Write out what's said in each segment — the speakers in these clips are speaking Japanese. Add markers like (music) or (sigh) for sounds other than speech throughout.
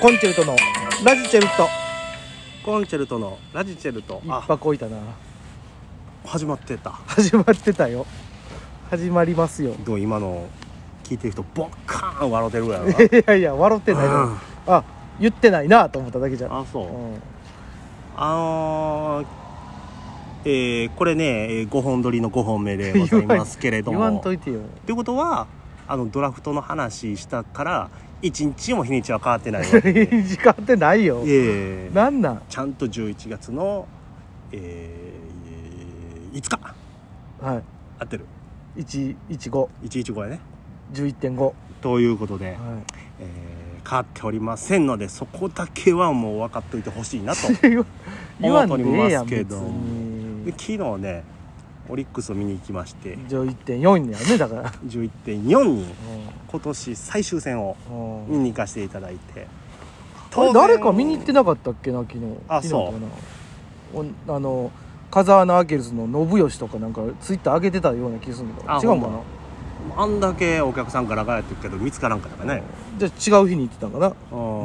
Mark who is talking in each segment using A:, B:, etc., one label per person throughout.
A: コンチェルトのラジチェルト
B: コンチェルトのラジチェルト
A: 一
B: あ
A: 泊置いたな
B: 始まってた
A: 始まってたよ始まりますよ
B: でも今の聞いてる人ボッカーン笑ってるぐらい
A: (laughs)
B: やろ
A: いやいや笑ってないよ、
B: うん
A: あ言ってないなと思っただけじゃん
B: なあそう、
A: うん
B: あのーえーこれねえー5本撮りの5本目でございますけれ
A: (laughs)
B: ど
A: 言
B: も
A: わんといてよ
B: ってことはあのドラフトの話したから1日も日にちは変わってないわ
A: (laughs)
B: けで
A: 時間ってないよ
B: いえいえ
A: なんなん
B: ちゃんと11月の、えー、5日
A: は
B: 合ってる
A: い115
B: 115やね
A: 11.5は
B: ということで、
A: い
B: えー変わっておりませんのでそこだけはもう分かっといてほし
A: (laughs)
B: いなと
A: 言わんでええやん
B: (laughs) 思うとりますけ
A: 別
B: どで
A: に
B: 昨日ねオリックスを見に行きまして
A: 11.4やねだから
B: 11.4に今年最終戦を
A: うん
B: 見に行かせていただいて
A: あれ誰か見に行ってなかったっけな昨日昨
B: あ
A: 日かなおあの風穴アーケルズの信義とかなんかツイッター上げてたような気がするんだけど
B: あ
A: 違うんか
B: ほん
A: な
B: まあんだけお客さんガラガラやってるけど見つからんからね、
A: じゃあ違う日に行ってたんかな
B: うん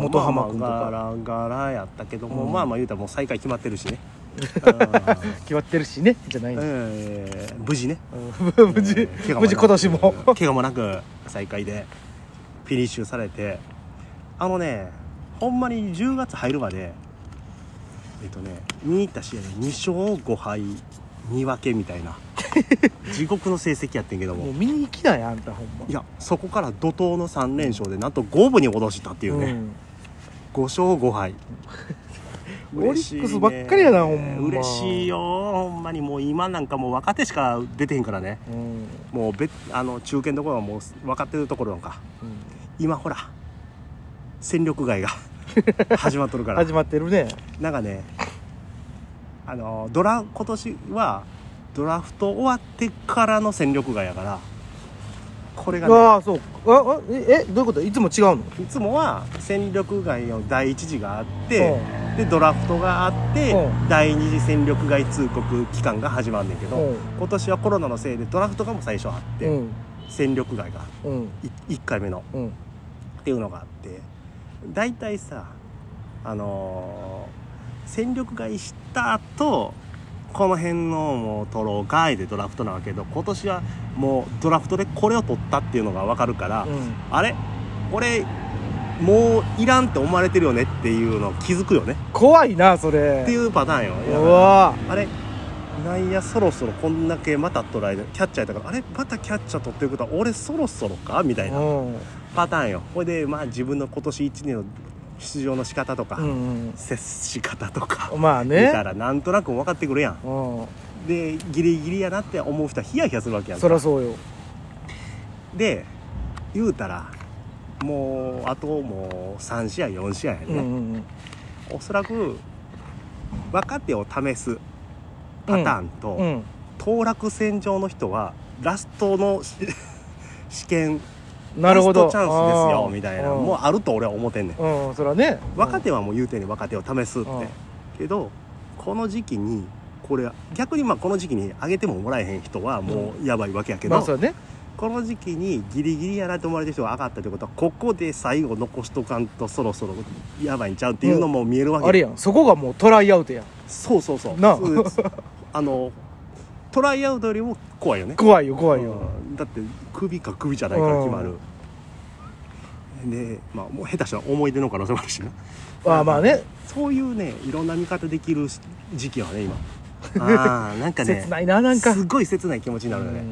A: 元浜君とか
B: まあまあガラガラやったけども、
A: うん
B: まあまあ言うたらもう再開決まってるし
A: (laughs)
B: ね、
A: 決まってるしねじゃない
B: うん
A: の
B: えー無事ね
A: うん (laughs) 無事
B: えー怪我もなく
A: 無事今年も
B: 怪我もなく再開でフィニッシュされてあのねほんまに10月入るまでえっとね見に行った試合で2勝5敗2分けみた
A: (laughs)
B: いな地獄の成績やってんけど
A: もう
B: も
A: 見に行きなやあんたほんま
B: いやそこから怒涛の3連勝でなんと5分に戻したっていうね、
A: ん
B: 5勝5敗
A: (laughs) オリックスばっかりやなほ
B: 嬉
A: ん
B: しいね
A: ま
B: 嬉しいよほんまにもう今なんかもう若手しか出てへんからね
A: うん
B: もうべあの中堅どころはもう分かってるところなんか今ほら戦力
A: (laughs)
B: 外が始まっとるから
A: 始まってるね
B: なんかねあのドラ今年はドラフト終わってからの戦力外やからこれがね
A: ああそうああええどういうこといつも違うの
B: いつもは戦力外の第一次があって
A: う
B: でドラフトがあって
A: うん
B: 第二次戦力外通告期間が始まるんだけ
A: う
B: ど
A: ん
B: 今年はコロナのせいでドラフトがもう最初あっ
A: う
B: て
A: ん
B: 戦力外が
A: うん
B: 1回目の
A: うん
B: っていうのがあって大体さあのー戦力外した後この辺のもう取ろうかいでドラフトなわけど今年はもうドラフトでこれを取ったっていうのが分かるから、
A: うん
B: あれ俺もういらんって思われてるよねっていうの気づくよね
A: 怖いなそれ
B: っていうパターンよだ
A: う
B: か
A: わ
B: らあれ内野そろそろこんだけまた取られてキャッチャーやったからあれまたキャッチャー取ってることは俺そろそろかみたいな
A: うん
B: パターンよこれでまあ自分の今年1年の出場の仕方とか、
A: うん
B: 接し方とか
A: うんまあ
B: 見
A: ね
B: たらなんとなく分かってくるやん
A: うん
B: でギリギリやなって思う人はヒヤヒヤするわけやんか
A: そりゃそうよ
B: で言うたらもうあともう3試合4試合やね、
A: うんうんうん
B: おそらく若手を試すパターンと、
A: うん
B: 当落戦場の人はラストのし (laughs) 試験
A: なるほど
B: ラストチャンスです
A: あ
B: よ
A: ー
B: みたいな
A: うん
B: もうあると俺は思ってんねん
A: うんそりゃね
B: 若手はもう言うてんねん若手を試すって
A: うん
B: けどこの時期にこれ逆にまあこの時期に上げてももらえへん人はもうやばいわけやけど、
A: まあそうだね
B: この時期にギリギリやなと思われてる人が上がったってことはここで最後残しとかんとそろそろやばいんちゃうっていうのも見えるわけ
A: あれやんそこがもうトライアウトやん
B: そうそうそう
A: なあ
B: そうですあのトライアウトよりも怖いよね
A: 怖いよ怖いよ
B: うんだって首か首じゃないから決ま
A: う
B: るでまあもう下手したら思い出の可能性もあるしな
A: ああまあね
B: そういうねいろんな見方できる時期はね今ああなんかね
A: 切ないななんか
B: すごい切ない気持ちになるよ
A: う
B: ね
A: ん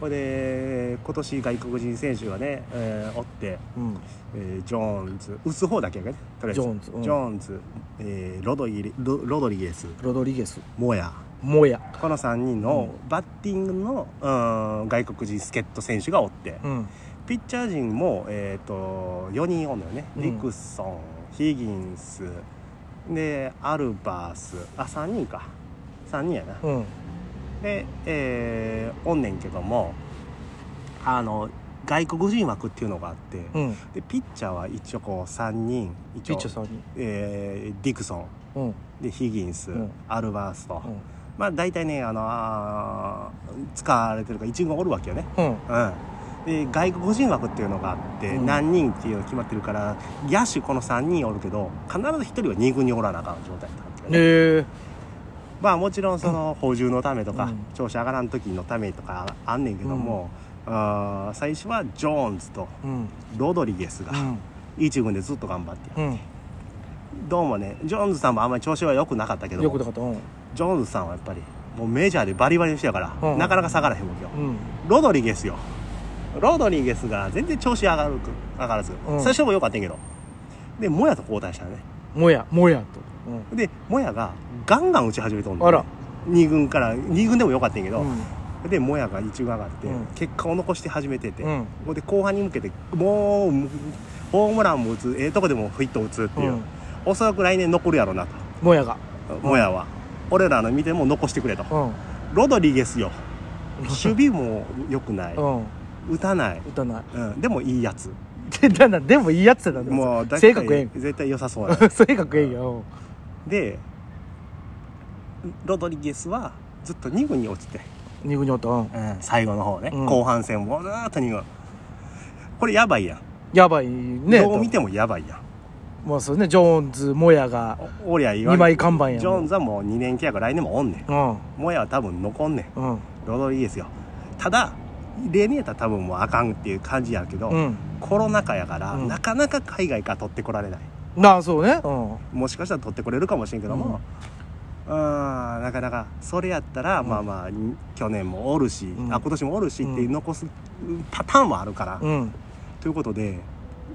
B: これで今年外国人選手がね、えーおって、
A: うん
B: えージョーンズ打つ方だけやけどねとりあえず
A: ジョーンズうん
B: ジョーンズえーロドイリロロドリゲス
A: ロドリゲス
B: モヤ
A: モヤ
B: この3人のバッティングの、うーん、外国人助っ人選手がおって、
A: うん
B: ピッチャー陣も、えー、と4人おんのよね、
A: うん
B: ディクソンヒギンスでアルバースあ3人か3人やな、
A: うん
B: で、えーおんねんけどもあの外国人枠っていうのがあって、
A: うん
B: でピッチャーは一応こう3人一
A: ピ
B: 応
A: ッチャーさんに
B: えーディクソン
A: うんうん
B: でヒギンス、
A: うん
B: アルバースと、まあ大体ねあのあー使われてるか1軍おるわけよね
A: うん
B: うんで外国人枠っていうのがあって、
A: うん
B: 何人っていうのが決まってるから野手この3人おるけど必ず1人は2軍におらなあかん状態になってるね
A: え
B: まあもちろんその補充のためとか、
A: うん
B: 調子上がらん時のためとかあんねんけども、あー最初はジョーンズと
A: うん
B: ロドリゲスが
A: うん
B: 1軍でずっと頑張ってやる
A: うん
B: どうもねジョーンズさんもあんまり調子は良くなかったけど
A: よくなかったうん
B: ジョーンズさんはやっぱりもうメジャーでバリバリの人やから、
A: うん
B: なかなか下がらへんわけよ
A: うん
B: ロドリゲスよロドリゲスが全然調子上がるく上がらず、
A: うん
B: 最初も良かったんやけどでモヤと交代したのね
A: もやもやとうん
B: でモヤがガンガン打ち始めとんの、
A: あら
B: 2軍から2軍でも良かったんやけど、
A: うん
B: でモヤが1軍上がって、
A: うん
B: 結果を残して始めてて、
A: うん
B: ほんで後半に向けてもうホームランも打つええとこでもフィット打つっていう、
A: うん
B: おそらく来年残るやろうなと
A: もやが
B: モヤは俺らの見ても残してくれと
A: うん
B: ロドリゲスよ守備も良くない、
A: うん
B: 打たない、
A: 打たない
B: うん、でもいいやつ
A: でだなでもいいやつやなんだ
B: もう大体
A: 性格え
B: 絶対良さそう
A: え (laughs)
B: や
A: ん性格ええんやうん
B: でロドリゲスはずっと2軍に落ちて、
A: 二軍におったうん
B: 最後の方ね、
A: うん
B: 後半戦もずーっと2軍これやばいやん、
A: やばいね
B: どう見てもやばいやん
A: もうそうねジョーンズもやが
B: おおりゃ言わ
A: 二
B: れ
A: 枚看板やん
B: ジョーンズはもう2年契約来年もおんねん
A: うん
B: もやは多分残んねん
A: うん
B: ロドリゲスよただ例年やったら多分もうあかんっていう感じやけど、
A: うん
B: コロナ禍やから、
A: うん
B: なかなか海外から取ってこられない
A: なあそうねうん
B: もしかしたら取ってこれるかもしれんけども、うーん、なかなかそれやったら、
A: うん
B: まあまあに去年もおるし、
A: ん
B: あ今年もおるしっていう
A: うん
B: 残すパターンもあるから、
A: うん
B: ということで、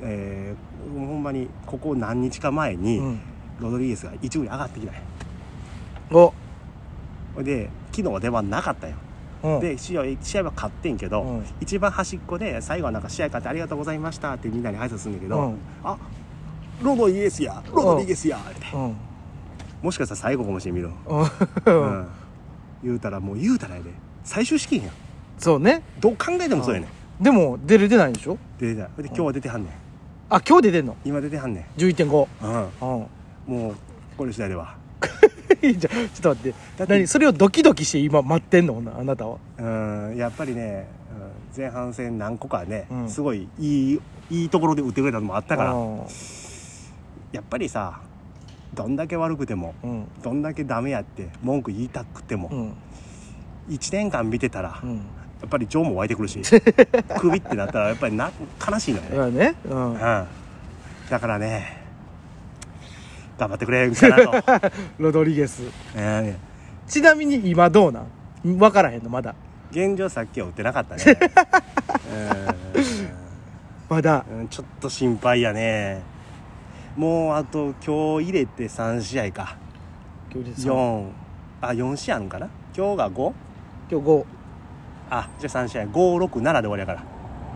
B: えーほんまにここ何日か前
A: う
B: に、
A: ん
B: ロドリゲスが一部に上がってきたんよ
A: お
B: ほいで昨日は出番なかったよ、
A: うん
B: で試合試合は勝ってんけど、
A: うん
B: 一番端っこで最後はなんか試合勝ってありがとうございましたってみんなに挨拶するんだけど、
A: うん
B: あロドリゲスやロドリゲスやって、
A: うん
B: もしかしたら最後かもしれん見る
A: う
B: うんん、言うたらもう言うたらやで最終資金やん
A: (laughs) そうね
B: どう考えてもそうやねん
A: でも出る出ないんでしょ
B: 出てたで今日は出てはんねん
A: あ今日出てんの
B: 今出てはんね
A: 11.5
B: ん、うん、
A: うん (laughs)
B: もうこれ次第ではい
A: いじゃんちょっと待って
B: だって
A: 何それをドキドキして今待ってんのほんならあなたは
B: うんやっぱりね、うん前半戦何個かね、
A: うん
B: すごいいいいいところで打ってくれたのもあったから
A: うん
B: やっぱりさどんだけ悪くても
A: うん
B: どんだけダメやって文句言いたくても、
A: うん
B: 1年間見てたら、
A: う
B: や
A: ん
B: っぱり情も湧いてくる
A: (laughs)
B: しクビってなったらやっぱりな悲しいのよね
A: だからねうん
B: うん、だからね頑張ってくれる
A: (laughs)
B: かなと、
A: ロドリゲス
B: え
A: ちなみに今どうなん分からへんのまだ
B: ー現状さっきは打ってなかったね、
A: まだ
B: うんうん、ちょっと心配やねもうあと今日入れて3試合か
A: 今日です今
B: 4あ4試合あるんかな今日が 5?
A: 日5
B: あじゃあ3試合567で終わりやから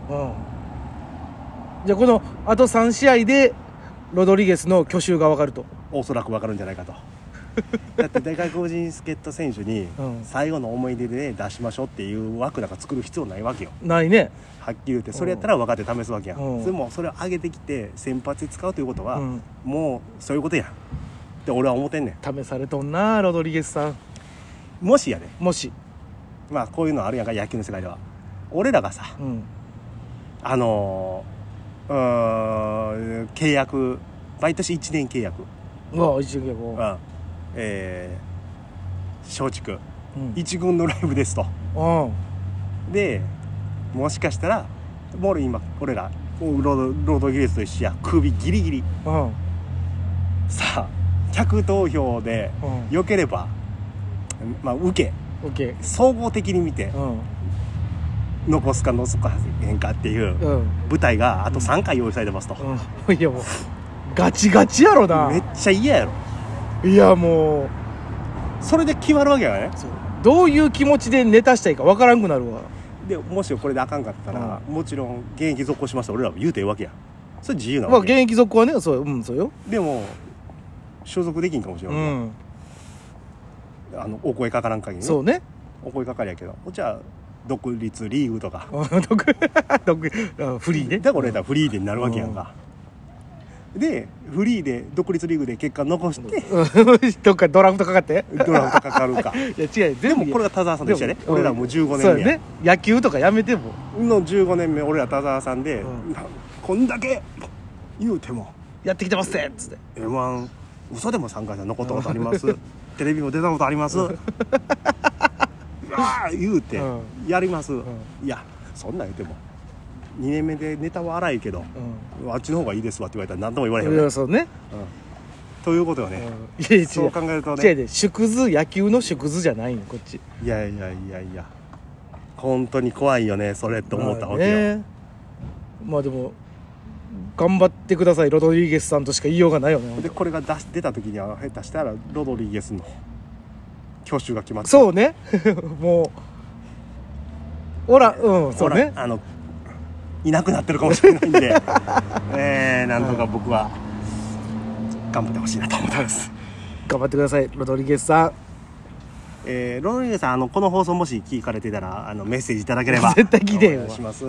A: うんじゃあこのあと3試合でロドリゲスの去就が分かると
B: おそらく分かるんじゃない
A: (laughs)
B: かとだって外国人助っ人選手に
A: うん
B: 最後の思い出で出しましょうっていう枠なんか作る必要ないわけよ
A: ないね
B: はっきり言ってそれやったら若手試すわけやん、
A: うん
B: それもそれを上げてきて先発で使うということは、
A: うん
B: もうそういうことやんって俺は思ってんね
A: 試されとんなロドリゲスさん
B: んもしやで
A: もし
B: まあこういうのあるやんか野球の世界では俺らがさ
A: うん
B: あのーうーん契約毎年1年契約
A: うわ一撃や
B: う
A: こ
B: んえー松竹
A: ううん
B: 一軍のライブですと
A: うん
B: でもしかしたらもう今俺らロードロードギレスと一緒や首ギリギリ
A: うん
B: さあ客投票で
A: うん
B: 良ければ、まあ、受け
A: オッケ
B: 総合的に見て
A: ーうん
B: 残すか残すかへんかっていう
A: うんうん
B: 舞台があと3回用意されてますと、
A: (laughs) いやもうガチガチやろな
B: めっちゃ嫌やろ
A: いやもう
B: それで決まるわけやね
A: そうどういう気持ちでネタしたいか分からんくなるわ
B: でもしこれであかんかったら、もちろん現役続行しますと俺らも言うてええわけやそれ自由な
A: まあ
B: わ
A: 現
B: け、
A: 役続行はねそううんそうよ
B: でも所属できんかもしれ、
A: うんん
B: あのお声かからん限り、
A: そうね (laughs)
B: お声かかりやけどじゃあ独立リーグとか
A: うん独独うんフリーね
B: だから俺らフリーでになるわけやんか、でフリーで独立リーグで結果残して
A: (laughs) どっかドラフトかかって
B: ドラフトかかる
A: (laughs)
B: か
A: いや違うよ
B: で
A: 全部
B: もこれが田澤さんと一緒やね
A: でも
B: 俺らもう15
A: そ
B: 年
A: う
B: 目
A: や
B: や
A: ね野球とかやめても
B: の15年目俺ら田澤さんで、
A: うん
B: なこんだけ言うても
A: やってきてますぜっつって
B: m 1嘘でも参加者残ったことあります
A: (laughs)
B: テレビも出たことありますうわー言うて
A: うん
B: やります、
A: ん
B: いやそんなん言うても2年目でネタは荒いけど、あっちの方がいいですわって言われたら何とも言われへん
A: うんい
B: よね
A: やそうね
B: ということよね、
A: うんいや違う
B: そう考えると
A: 違う
B: ね
A: 違う縮図野球の縮図じゃないのこっち
B: いやいやいやいや本当に怖いよねそれって思ったわけよ、
A: まあねまあでも頑張ってくださいロドリゲスさんとしか言いようがないよね
B: でこれが出し出た時には下手したらロドリゲスの挙手が決まって
A: そうね (laughs) もうおらうん
B: ほ
A: そう
B: ら、
A: ね
B: あのいなくなってるかもしれない
A: (laughs)
B: んでえー、なんとか僕は頑張ってほしいなと思ってます、
A: 頑張ってくださいロドリゲスさん
B: えー、ロドリゲスさんあのこの放送もし聞かれてたらあのメッセージいただければ
A: 絶対聞いてへんわ
B: お願いします